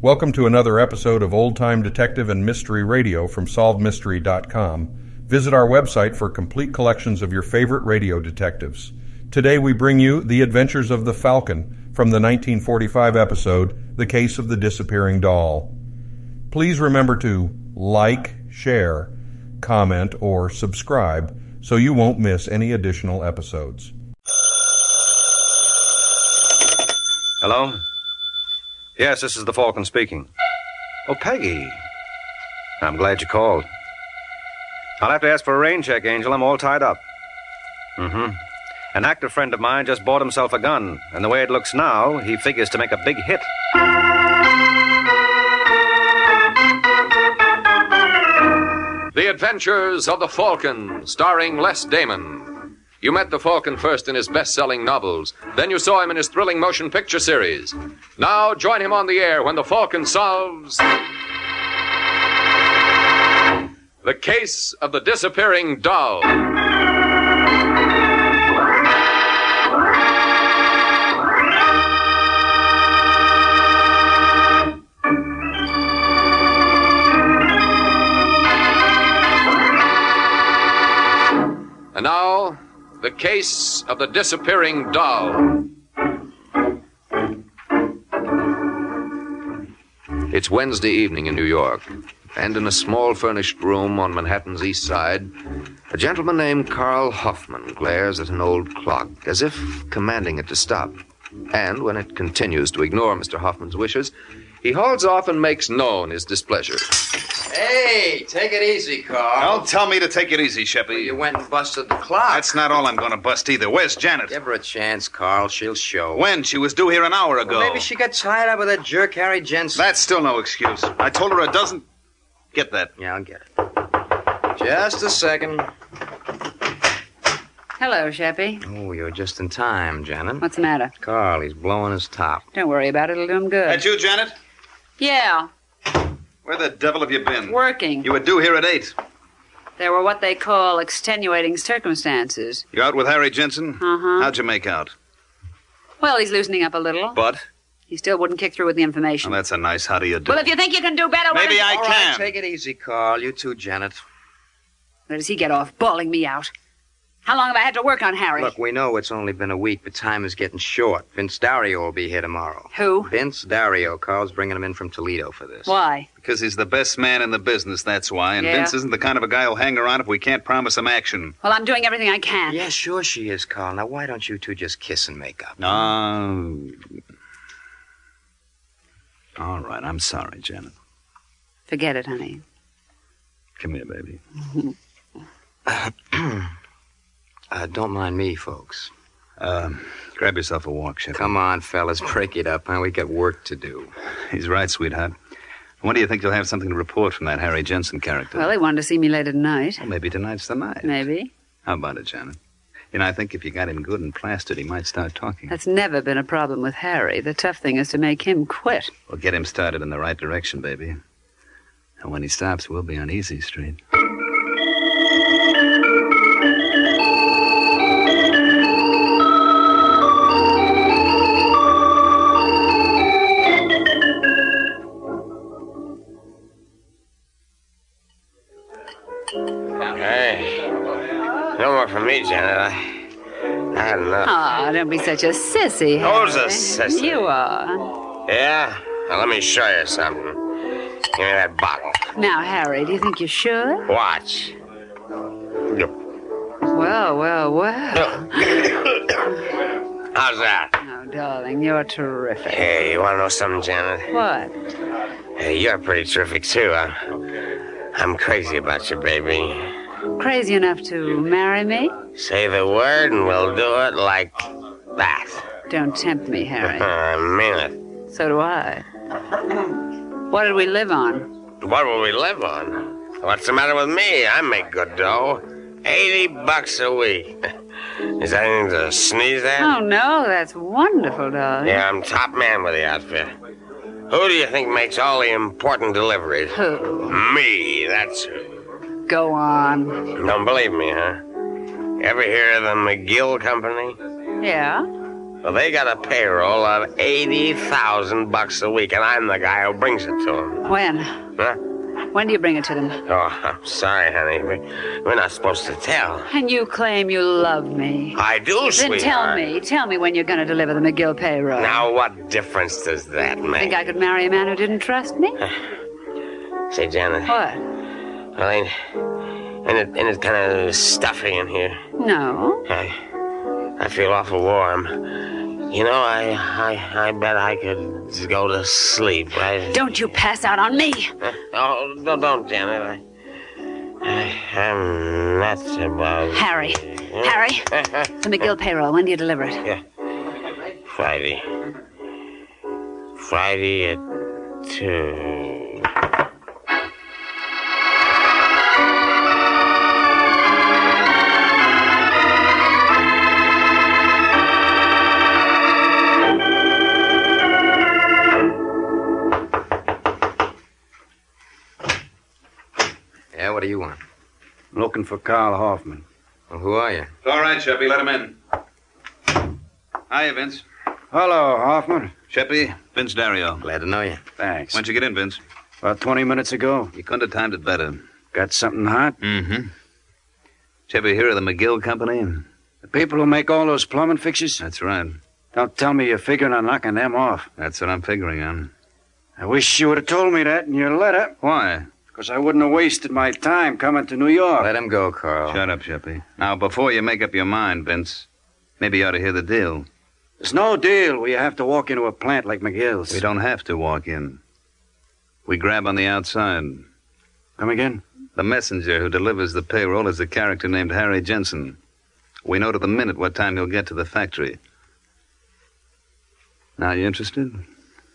Welcome to another episode of Old Time Detective and Mystery Radio from SolveMystery.com. Visit our website for complete collections of your favorite radio detectives. Today we bring you The Adventures of the Falcon from the 1945 episode The Case of the Disappearing Doll. Please remember to like, share, comment, or subscribe so you won't miss any additional episodes. Hello? Yes, this is the Falcon speaking. Oh, Peggy. I'm glad you called. I'll have to ask for a rain check, Angel. I'm all tied up. Mm hmm. An actor friend of mine just bought himself a gun, and the way it looks now, he figures to make a big hit. The Adventures of the Falcon, starring Les Damon. You met the Falcon first in his best selling novels, then you saw him in his thrilling motion picture series. Now join him on the air when the Falcon solves. The Case of the Disappearing Doll. And now, The Case of the Disappearing Doll. It's Wednesday evening in New York, and in a small furnished room on Manhattan's east side, a gentleman named Carl Hoffman glares at an old clock as if commanding it to stop. And when it continues to ignore Mr. Hoffman's wishes, he hauls off and makes known his displeasure. Hey, take it easy, Carl. Don't tell me to take it easy, Sheppy. You went and busted the clock. That's not all I'm going to bust either. Where's Janet? Give her a chance, Carl. She'll show. When? She was due here an hour ago. Well, maybe she got tied up with that jerk, Harry Jensen. That's still no excuse. I told her a dozen. Get that. Yeah, I'll get it. Just a second. Hello, Sheppy. Oh, you're just in time, Janet. What's the matter? Carl, he's blowing his top. Don't worry about it. It'll do him That good. you, Janet? Yeah, Where the devil have you been? working. You were due here at eight. There were what they call extenuating circumstances. You out with Harry Jensen? Uh-huh. How'd you make out? Well, he's loosening up a little. But He still wouldn't kick through with the information. well, that's a nice how do you do. well, if you think you can do better, why Maybe don't you- I All right, can. take it easy, Carl. You too, Janet. Where does he get off bawling me out? How long have I had to work on Harry? Look, we know it's only been a week, but time is getting short. Vince Dario will be here tomorrow. Who? Vince Dario. Carl's bringing him in from Toledo for this. Why? Because he's the best man in the business, that's why. And Yeah. Vince isn't the kind of a guy who'll hang around if we can't promise him action. Well, I'm doing everything I can. Yeah, sure she is, Carl. Now, why don't you two just kiss and make up? No. All right, I'm sorry, Janet. Forget it, honey. Come here, baby. Uh, don't mind me, folks. Um, grab yourself a walk, Sheppy. Come on, fellas, break it up, huh? We got work to do. He's right, sweetheart. When do you think you'll have something to report from that Harry Jensen character? Well, he wanted to see me later tonight. Well, maybe tonight's the night. Maybe. How about it, Janet? You know, I think if you got him good and plastered, he might start talking. That's never been a problem with Harry. The tough thing is to make him quit. We'll get him started in the right direction, baby. And when he stops, we'll be on Easy Street. Hey, no more for me, Janet. I, I had enough. Oh, don't be such a sissy, Harry. Who's a sissy? You are. Yeah? Now, let me show you something. Give me that bottle. Now, Harry, do you think you should? Watch. Well, well, well. How's that? Oh, darling, you're terrific. Hey, you want to know something, Janet? What? Hey, you're pretty terrific, too. I'm, I'm crazy about you, baby. Crazy enough to marry me? Say the word and we'll do it like that. Uh, Don't tempt me, Harry. I mean So do I. What did we live on? it. What will we live on? What's the matter with me? I make good dough. 80 bucks a week. Is that anything to sneeze at? Oh, no, that's wonderful, darling. Yeah, I'm top man with the outfit. Who do you think makes all the important deliveries? Pooh. Me, that's who. Go on. Don't believe me, huh? Ever hear of the McGill Company? Yeah? Well, they got a payroll of 80,000 bucks a week, and I'm the guy who brings it to them. When? Huh? When do you bring it to them? Oh, I'm sorry, honey. We, we're not supposed to tell. And you claim you love me. I do, Then sweetheart. tell me, tell me when you're going to deliver the McGill payroll. Now, what difference does that make? Think I could marry a man who didn't trust me? Say, Janet, What? well, ain't, ain't it, ain't it kind of stuffy in here? No. I, I feel awful warm. You know, I, I, I bet I could just go to sleep. I, Don't you pass out on me. oh, no, don't, Janet. I, I, I'm nuts about Harry. Harry. The McGill payroll. When do you deliver it? Friday. Friday at two. Yeah, what do you want? Looking for Carl Hoffman. Well, who are you? All right, Sheppy, let him in. Hiya, Vince. Hello, Hoffman. Sheppy, Vince Dario. Glad to know you. Thanks. When'd you get in, Vince? About 20 minutes ago. You couldn't have timed it better. Got something hot? Mm-hmm. Sheppy, here are the McGill Company. The people who make all those plumbing fixtures? That's right. Don't tell me you're figuring on knocking them off. That's what I'm figuring on. I wish you would have told me that in your letter, Why? because I wouldn't have wasted my time coming to New York. Let him go, Carl. Shut up, Sheppy. Now, before you make up your mind, Vince, maybe you ought to hear the deal. There's no deal where you have to walk into a plant like McGill's. We don't have to walk in. We grab on the outside. Come again? The messenger who delivers the payroll is a character named Harry Jensen. We know to the minute what time he'll get to the factory. Now, you interested?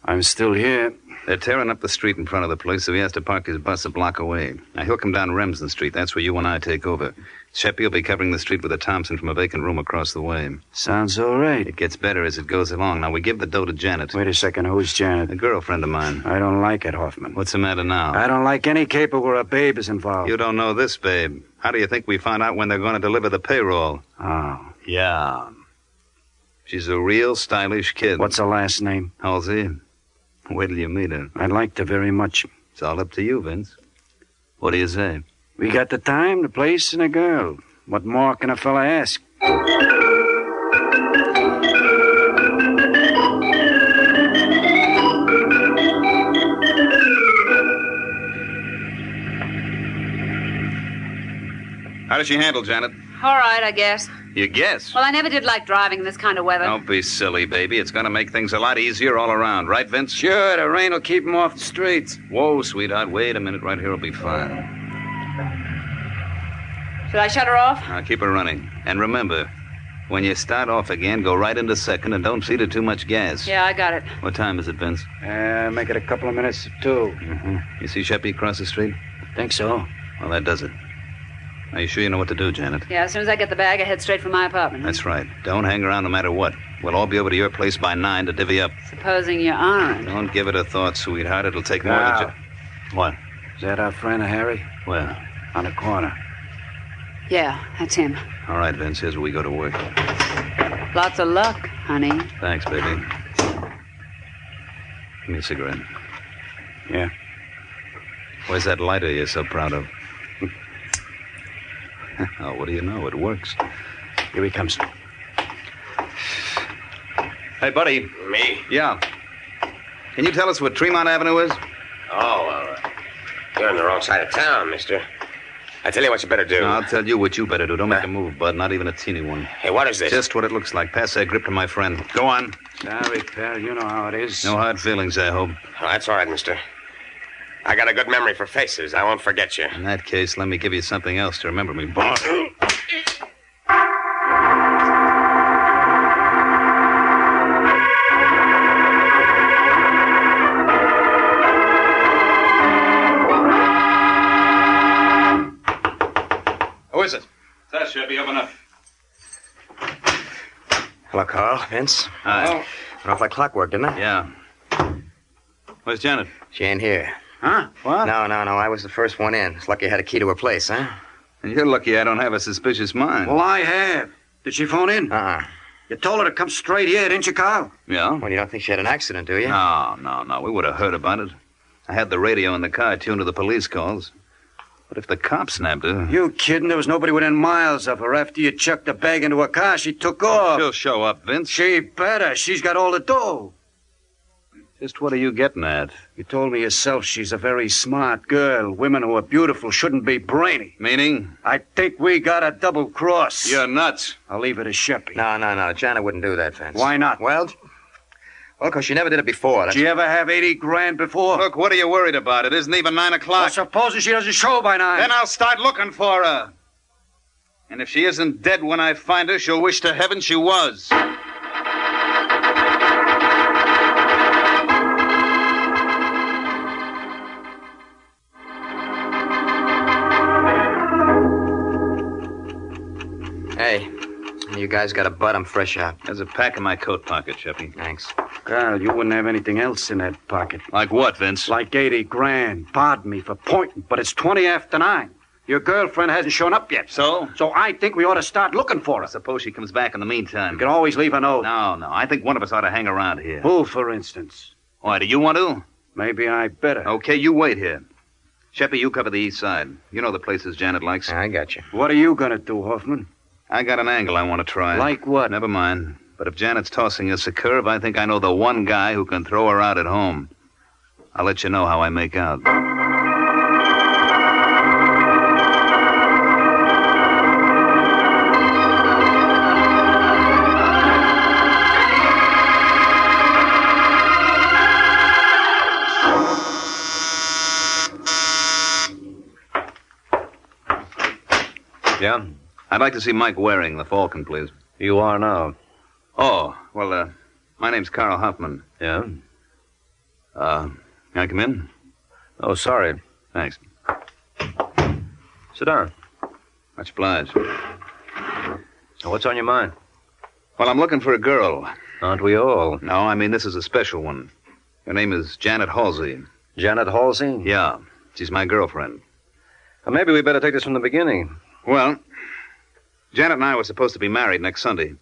I'm still here. They're tearing up the street in front of the place, so he has to park his bus a block away. Now, he'll come down Remsen Street. That's where you and I take over. Sheppy will be covering the street with a Thompson from a vacant room across the way. Sounds all right. It gets better as it goes along. Now, we give the dough to Janet, Wait a second. Who's a Janet? girlfriend of mine. I don't like it, Hoffman. What's the matter now? I don't like any caper where a babe is involved. You don't know this, babe. How do you think we found out when they're going to deliver the payroll? Oh. Yeah. She's a real stylish kid. What's her last name? Halsey? Wait till you meet her. I'd like to very much. It's all up to you, Vince. What do you say? We got the time, the place, and a girl. What more can a fella ask? How does she handle, Janet? All right, I guess. You guess. Well, I never did like driving in this kind of weather. Don't be silly, baby. It's going to make things a lot easier all around, right, Vince? Sure, the rain will keep him off the streets. Whoa, sweetheart. Wait a minute. Right here will be fine. Should I shut her off? Now keep her running. And remember, when you start off again, go right into second and don't feed her too much gas. Yeah, I got it. What time is it, Vince? Mm-hmm. Uh, make it a couple of minutes to two. You see Sheppy across the street? Think so. Well, that does it. Are you sure you know what to do, Janet? Yeah, as soon as I get the bag, I head straight for my apartment. That's right. Don't hang around no matter what. We'll all be over to your place by nine to divvy up. Supposing you're honored. Don't give it a thought, sweetheart. It'll take more Now. than ju- What? Is that our friend Harry? Well, On the corner. Yeah, that's him. all right, Vince. Here's where we go to work. Lots of luck, honey. Thanks, baby. Give me a cigarette. Yeah. Where's that lighter you're so proud of? oh, what do you know? It works. Here he comes. Hey, buddy. Me? Yeah. Can you tell us what Tremont Avenue is? Oh, well, uh, you're on the wrong side of town, mister. I tell you what you better do. No, I'll tell you what you better do. Don't make a move, bud. Not even a teeny one. Hey, what is this? Just what it looks like. Pass that grip to my friend. Go on. Sorry, pal. You know how it is. No hard feelings, I hope. Oh, that's all right, mister. I got a good memory for faces. I won't forget you. In that case, let me give you something else to remember me. by. Who is it? That should be open up. Hello, Carl. Vince. Hi. Went off like clockwork, didn't I? Yeah. Where's Janet? She ain't here. Huh? What? No, no, no. I was the first one in. It's lucky I had a key to her place, huh? And you're lucky I don't have a suspicious mind. Well, I have. Did she phone in? Uh-uh. You told her to come straight here, didn't you, Carl? Yeah? Well, you don't think she had an accident, do you? No, no, no. We would have heard about it. I had the radio in the car tuned to the police calls. But if the cop snapped her. You kidding? There was nobody within miles of her. After you chucked the bag into her car, she took off. She'll show up, Vince. She better. She's got all the dough. Just what are you getting at? You told me yourself she's a very smart girl. Women who are beautiful shouldn't be brainy. Meaning? I think we got a double cross. You're nuts. I'll leave it to Sheppy. No, no, no. Janet wouldn't do that, Vince. Why not? Well, well, because she never did it before. Did you ever have 80 grand before? Look, what are you worried about? It isn't even nine Well, o'clock. supposing she doesn't show by nine. Then I'll start looking for her. And if she isn't dead when I find her, she'll wish to heaven she was. Hey, you guys got a butt. I'm fresh out. There's a pack in my coat pocket, Sheppy. Thanks. Carl, you wouldn't have anything else in that pocket. Like what, Vince? Like 80 grand. Pardon me for pointing, but it's 20 after nine. Your girlfriend hasn't shown up yet. So? So I think we ought to start looking for her. Suppose she comes back in the meantime. You can always leave a note. No, no. I think one of us ought to hang around here. Who, for instance? Why, do you want to? Maybe I better. Okay, you wait here. Sheppy, you cover the east side. You know the places Janet likes. I got you. What are you going to do, Hoffman? I got an angle I want to try. Like what? Never mind. But if Janet's tossing us a curve, I think I know the one guy who can throw her out at home. I'll let you know how I make out. Yeah? I'd like to see Mike Waring, the Falcon, please. You are now. Oh, well, uh, my name's Carl Hoffman. Yeah? Uh, can I come in? Oh, sorry. Thanks. Sit down. Much obliged. What's on your mind? Well, I'm looking for a girl. Aren't we all? No, I mean, this is a special one. Her name is Janet Halsey. Janet Halsey? Yeah, she's my girlfriend. Uh, Maybe we better take this from the beginning. Well, Janet and I were supposed to be married next Sunday.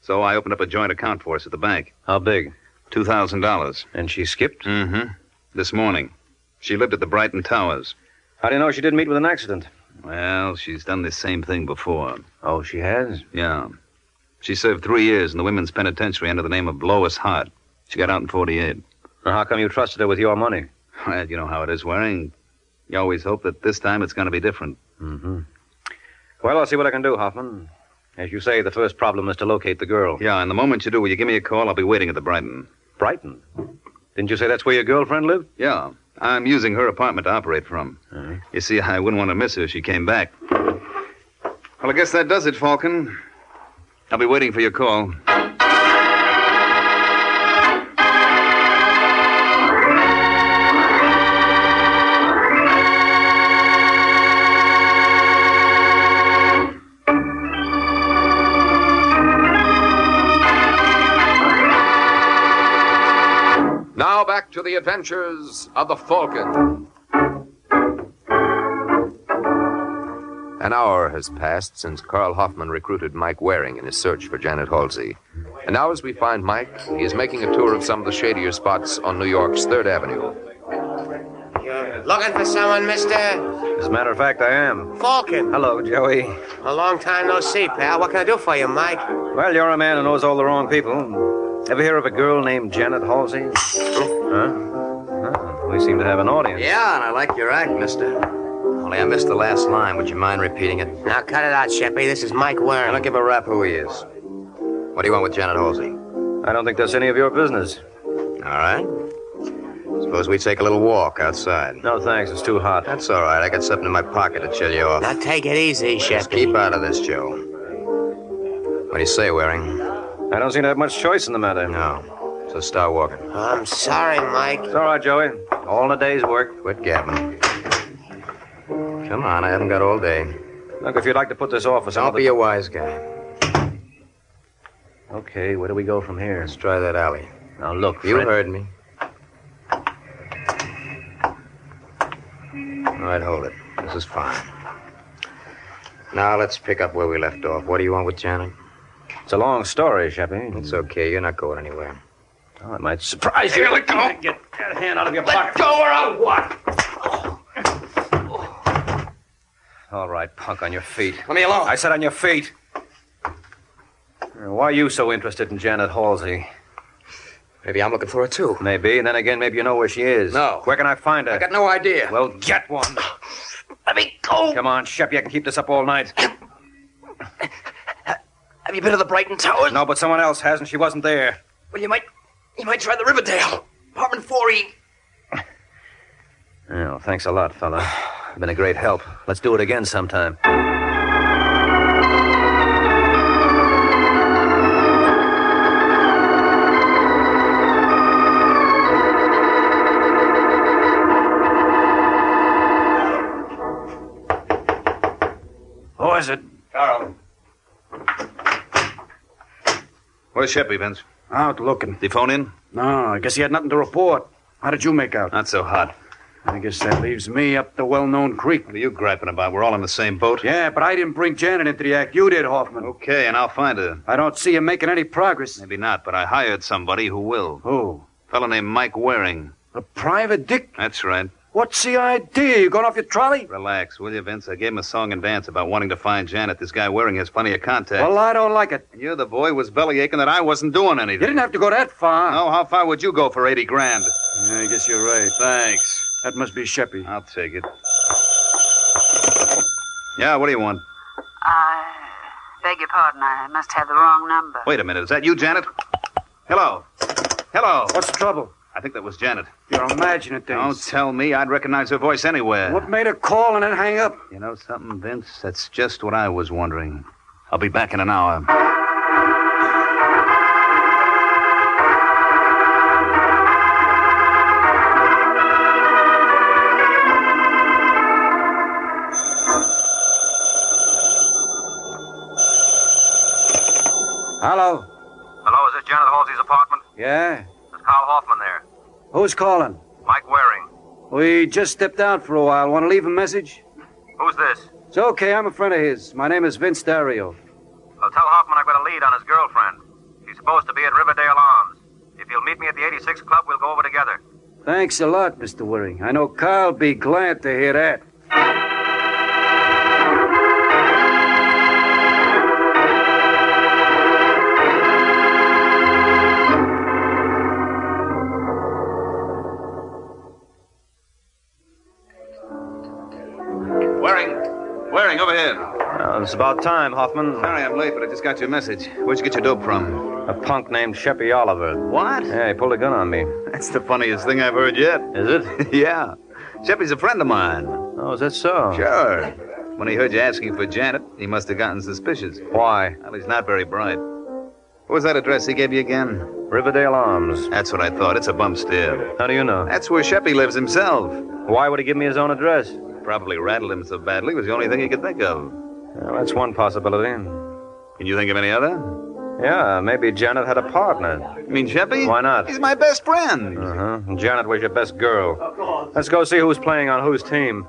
So I opened up a joint account for us at the bank. How big? $2,000. And she skipped? Mm-hmm. This morning. She lived at the Brighton Towers. How do you know she didn't meet with an accident? Well, she's done this same thing before. Oh, she has? Yeah. She served three years in the women's penitentiary under the name of Lois Hart. She got out in 48. Now, how come you trusted her with your money? Well, you know how it is, Waring. You always hope that this time it's going to be different. Mm-hmm. Well, I'll see what I can do, Hoffman. As you say, the first problem is to locate the girl. Yeah, and the moment you do, will you give me a call? I'll be waiting at the Brighton. Brighton. Didn't you say that's where your girlfriend lived? Yeah. I'm using her apartment to operate from. You see, I wouldn't want to miss her if she came back. Well, I guess that does it, Falcon. I'll be waiting for your call. Now back to the adventures of the Falcon. An hour has passed since Carl Hoffman recruited Mike Waring in his search for Janet Halsey. And now, as we find Mike, he is making a tour of some of the shadier spots on New York's Third Avenue. Looking for someone, mister? As a matter of fact, I am. Falcon. Hello, Joey. A long time no see, pal. What can I do for you, Mike? Well, you're a man who knows all the wrong people. Ever hear of a girl named Janet Halsey? huh? Ah, we seem to have an audience. Yeah, and I like your act, mister. Only I missed the last line. Would you mind repeating it? Now cut it out, Sheppy. This is Mike I Waring. don't give a rap who he is. What do you want with Janet Halsey? I don't think that's any of your business. All right. Suppose we take a little walk outside. No, thanks. It's too hot. That's all right. I got something in my pocket to chill you off. Now take it easy, Just Sheppy. keep out of this, Joe. What do you say, Waring? I don't seem to have much choice in the matter. No. So start walking. I'm sorry, Mike. It's all right, Joey. All in a day's work. Quit gabbing. Come on, I haven't got all day. Look, if you'd like to put this off for some Don't other... be a wise guy. Okay, where do we go from here? Let's try that alley. Now, look, You Fred- heard me. All right, hold it. This is fine. Now let's pick up where we left off. What do you want with Janet? It's a long story, Sheppy. It's okay. You're not going anywhere. Oh, it might surprise you. Here, let go. Get that hand out of your pocket. Go or I'll what? All right, punk, on your feet. Let me alone. I said on your feet. Why are you so interested in Janet Halsey? Maybe I'm looking for her too. Maybe, and then again, maybe you know where she is. No. Where can I find her? I got no idea. Well, get one. Let me go. Come on, Shep, you can keep this up all night. Have you been to the Brighton Towers? No, but someone else hasn't. She wasn't there. Well, you might, you might try the Riverdale. Apartment E. 4E. Oh, thanks a lot, fella. You've been a great help. Let's do it again sometime. Who is it? Carl. Where's Sheppy, Vince? Out looking. The phone in? No, I guess he had nothing to report. How did you make out? Not so hot. I guess that leaves me up the well-known creek. What are you griping about? We're all in the same boat. Yeah, but I didn't bring Janet into the act. You did, Hoffman. Okay, and I'll find her. I don't see you making any progress. Maybe not, but I hired somebody who will. Who? A fellow named Mike Waring. A private dick? That's right. What's the idea? You going off your trolley? Relax, will you, Vince? I gave him a song and dance about wanting to find Janet. This guy Waring has plenty of contacts. Well, I don't like it. And You're the boy who was bellyaching that I wasn't doing anything. You didn't have to go that far. Oh, how far would you go for 80 grand? Yeah, I guess you're right. Thanks. That must be Sheppy. I'll take it. Yeah, what do you want? I beg your pardon. I must have the wrong number. Wait a minute. Is that you, Janet? Hello. Hello. What's the trouble? I think that was Janet. You're imagining Don't things. tell me. I'd recognize her voice anywhere. What made her call and then hang up? You know something, Vince? That's just what I was wondering. I'll be back in an hour. Hello? Hello, is this Janet Halsey's apartment? Yeah? Is Carl Hoffman there? Who's calling? Mike Waring. We just stepped out for a while. Want to leave a message? Who's this? It's okay. I'm a friend of his. My name is Vince Dario. Well, tell Hoffman I've got a lead on his girlfriend. She's supposed to be at Riverdale Arms. If you'll meet me at the 86 Club, we'll go over together. Thanks a lot, Mr. Waring. I know Carl'll be glad to hear that. Waring! Waring, over here. Uh, it's about time, Hoffman. Sorry I'm late, but I just got your message. Where'd you get your dope from? A punk named Sheppy Oliver. What? Yeah, he pulled a gun on me. That's the funniest thing I've heard yet. Is it? yeah. Sheppy's a friend of mine. Oh, is that so? Sure. When he heard you asking for Janet, he must have gotten suspicious. Why? Well, he's not very bright. What was that address he gave you again? Riverdale Arms. That's what I thought. It's a bump stair. How do you know? That's where Sheppy lives himself. Why would he give me his own address? Probably rattled him so badly it was the only thing he could think of. Well, that's one possibility. Can you think of any other? Yeah, maybe Janet had a partner. You mean Sheppy? Why not? He's my best friend. Uh huh. Janet was your best girl. Let's go see who's playing on whose team.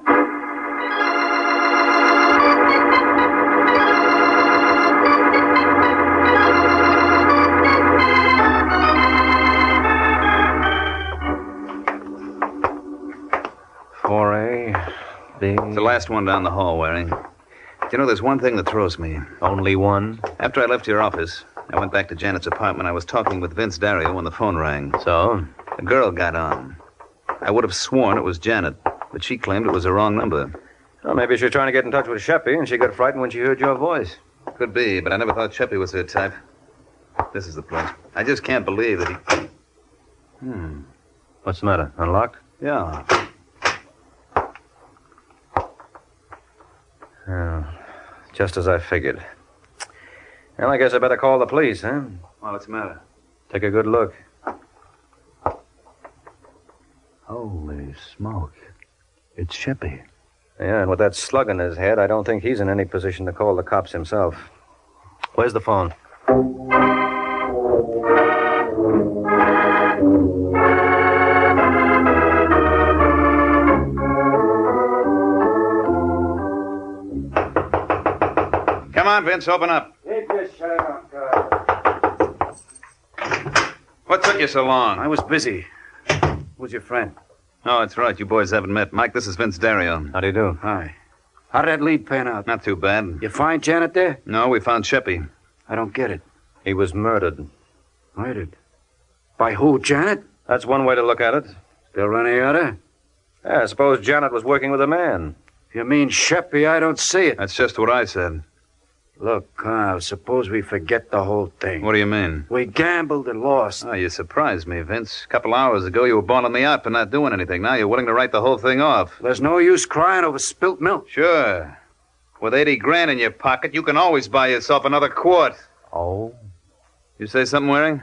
Four A, B. The last one down the hall, Waring. You know, there's one thing that throws me. Only one. After I left your office, I went back to Janet's apartment. I was talking with Vince Dario when the phone rang. So, A girl got on. I would have sworn it was Janet, but she claimed it was the wrong number. well, maybe she was trying to get in touch with Sheppy, and she got frightened when she heard your voice. Could be, but I never thought Sheppy was her type. This is the place. I just can't believe that he. Hmm. What's the matter? Unlocked? Yeah. Just as I figured. Well, I guess I better call the police, huh? Well, what's the matter? Take a good look. Holy smoke. It's Sheppy. Yeah, and with that slug in his head, I don't think he's in any position to call the cops himself. Where's the phone? Come on, Vince, open up. Take this shut up, Carl. What took you so long? I was busy. Who's your friend? Oh, that's right. You boys haven't met. Mike, this is Vince Dario. How do you do? Hi. How did that lead pan out? Not too bad. You find Janet there? No, we found Sheppy. I don't get it. He was murdered. Murdered? By who, Janet? That's one way to look at it. Still run the other? Yeah, I suppose Janet was working with a man. You mean Sheppy? I don't see it. That's just what I said. Look, Carl, suppose we forget the whole thing. What do you mean? We gambled and lost. Oh, you surprised me, Vince. A couple hours ago, you were bawling me out for not doing anything. Now you're willing to write the whole thing off. There's no use crying over spilt milk. Sure. With 80 grand in your pocket, you can always buy yourself another quart. Oh? You say something, Waring?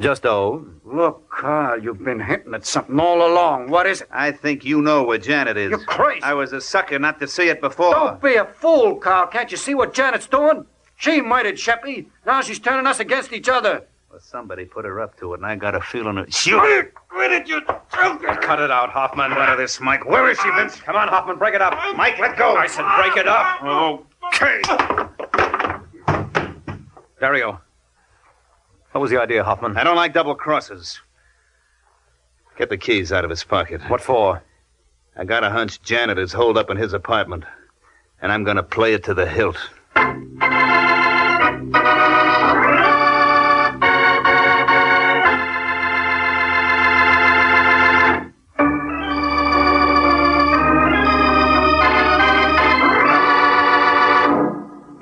Just oh. Look, Carl, you've been hinting at something all along. What is it? I think you know where Janet is. You're crazy. I was a sucker not to see it before. Don't be a fool, Carl. Can't you see what Janet's doing? She murdered Sheppy. Now she's turning us against each other. Well, somebody put her up to it, and I got a feeling it. Shoot! Where did you choke her? Cut it out, Hoffman. Out of this, Mike. Where is she, Vince? Come on, Hoffman, break it up. Mike, let go. I said break it up. Okay. Dario. What was the idea, Hoffman? I don't like double crosses. Get the keys out of his pocket. What for? I got a hunch Janet is holed up in his apartment, and I'm going to play it to the hilt.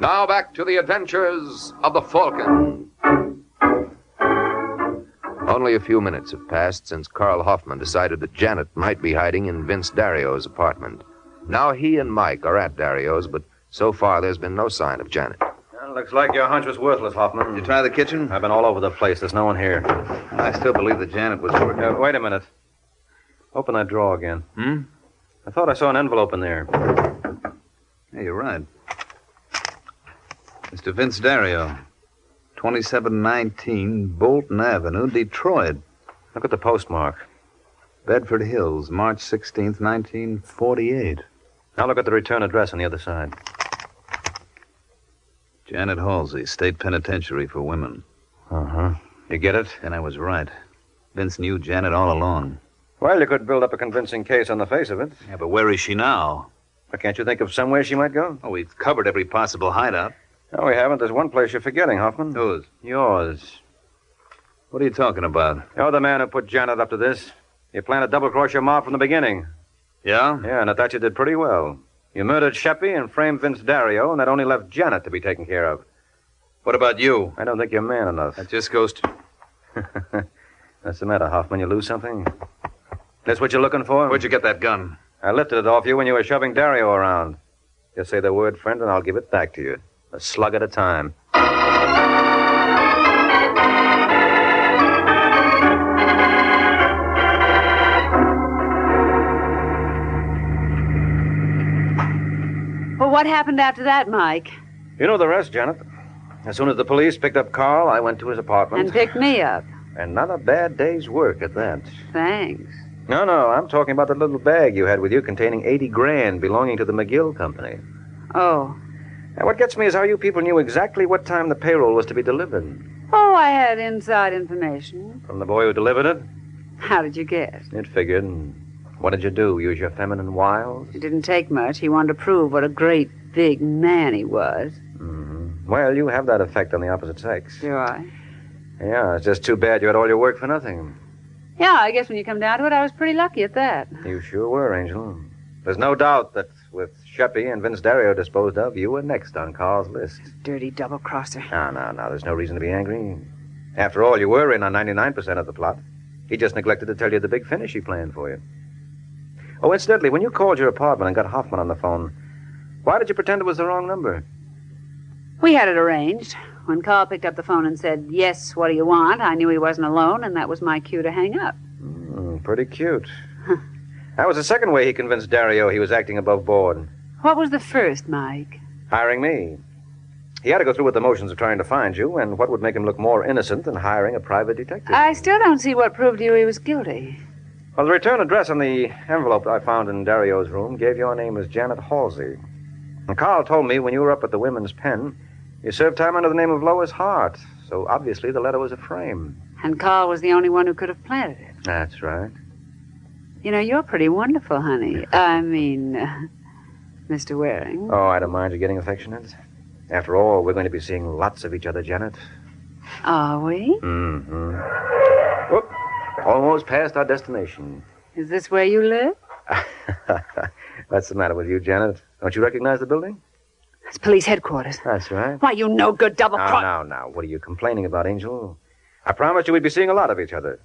Now back to the adventures of the Falcon. Only a few minutes have passed since Carl Hoffman decided that Janet might be hiding in Vince Dario's apartment. Now he and Mike are at Dario's, but so far there's been no sign of Janet. Well, looks like your hunch was worthless, Hoffman. You try the kitchen? I've been all over the place. There's no one here. I still believe that Janet was working. Uh, wait a minute. Open that drawer again. Hmm? I thought I saw an envelope in there. Yeah, you're right. Mr. Vince Dario. 2719 Bolton Avenue, Detroit. Look at the postmark. Bedford Hills, March 16th, 1948. Now look at the return address on the other side. Janet Halsey, State Penitentiary for Women. Uh huh. You get it? And I was right. Vince knew Janet all along. Well, you could build up a convincing case on the face of it. Yeah, but where is she now? But can't you think of somewhere she might go? Oh, we've covered every possible hideout. No, we haven't. There's one place you're forgetting, Hoffman. Whose? Yours. What are you talking about? You're the man who put Janet up to this. You planned to double cross your ma from the beginning. Yeah? Yeah, and at that you did pretty well. You murdered Sheppy and framed Vince Dario, and that only left Janet to be taken care of. What about you? I don't think you're man enough. That just goes to. What's the matter, Hoffman? You lose something? That's what you're looking for? Where'd you get that gun? I lifted it off you when you were shoving Dario around. Just say the word, friend, and I'll give it back to you a slug at a time. Well, what happened after that, Mike? You know the rest, Janet. As soon as the police picked up Carl, I went to his apartment. And picked me up. And not a bad day's work at that. Thanks. No, no, I'm talking about that little bag you had with you containing 80 grand belonging to the McGill Company. Oh. And what gets me is how you people knew exactly what time the payroll was to be delivered. Oh, I had inside information. From the boy who delivered it? How did you guess? It figured. hmm, What did you do? Use your feminine wiles? It didn't take much. He wanted to prove what a great big man he was. Mm-hmm. Well, you have that effect on the opposite sex. Do I? Yeah, it's just too bad you had all your work for nothing. Yeah, I guess when you come down to it, I was pretty lucky at that. You sure were, Angel. There's no doubt that with Sheppy and Vince Dario disposed of, you were next on Carl's list. Dirty double crosser. No, no, no. There's no reason to be angry. After all, you were in on 99% of the plot. He just neglected to tell you the big finish he planned for you. Oh, incidentally, when you called your apartment and got Hoffman on the phone, why did you pretend it was the wrong number? We had it arranged. When Carl picked up the phone and said, Yes, what do you want? I knew he wasn't alone, and that was my cue to hang up. Mm, pretty cute. That was the second way he convinced Dario he was acting above board. What was the first, Mike? Hiring me. He had to go through with the motions of trying to find you, and what would make him look more innocent than hiring a private detective? I still don't see what proved to you he was guilty. Well, the return address on the envelope I found in Dario's room gave your name as Janet Halsey. And Carl told me when you were up at the women's pen, you served time under the name of Lois Hart, so obviously the letter was a frame. And Carl was the only one who could have planted it. That's right. You know, you're pretty wonderful, honey. I mean, uh, Mr. Waring. Oh, I don't mind you getting affectionate. After all, we're going to be seeing lots of each other, Janet. Are we? Mm-hmm. Whoop. Almost past our destination. Is this where you live? What's the matter with you, Janet? Don't you recognize the building? It's police headquarters. That's right. Why, you no good double Now, cross. now, now. What are you complaining about, Angel? I promised you we'd be seeing a lot of each other.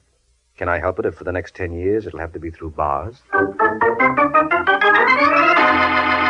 Can I help it if for the next ten years it'll have to be through bars? Thank you.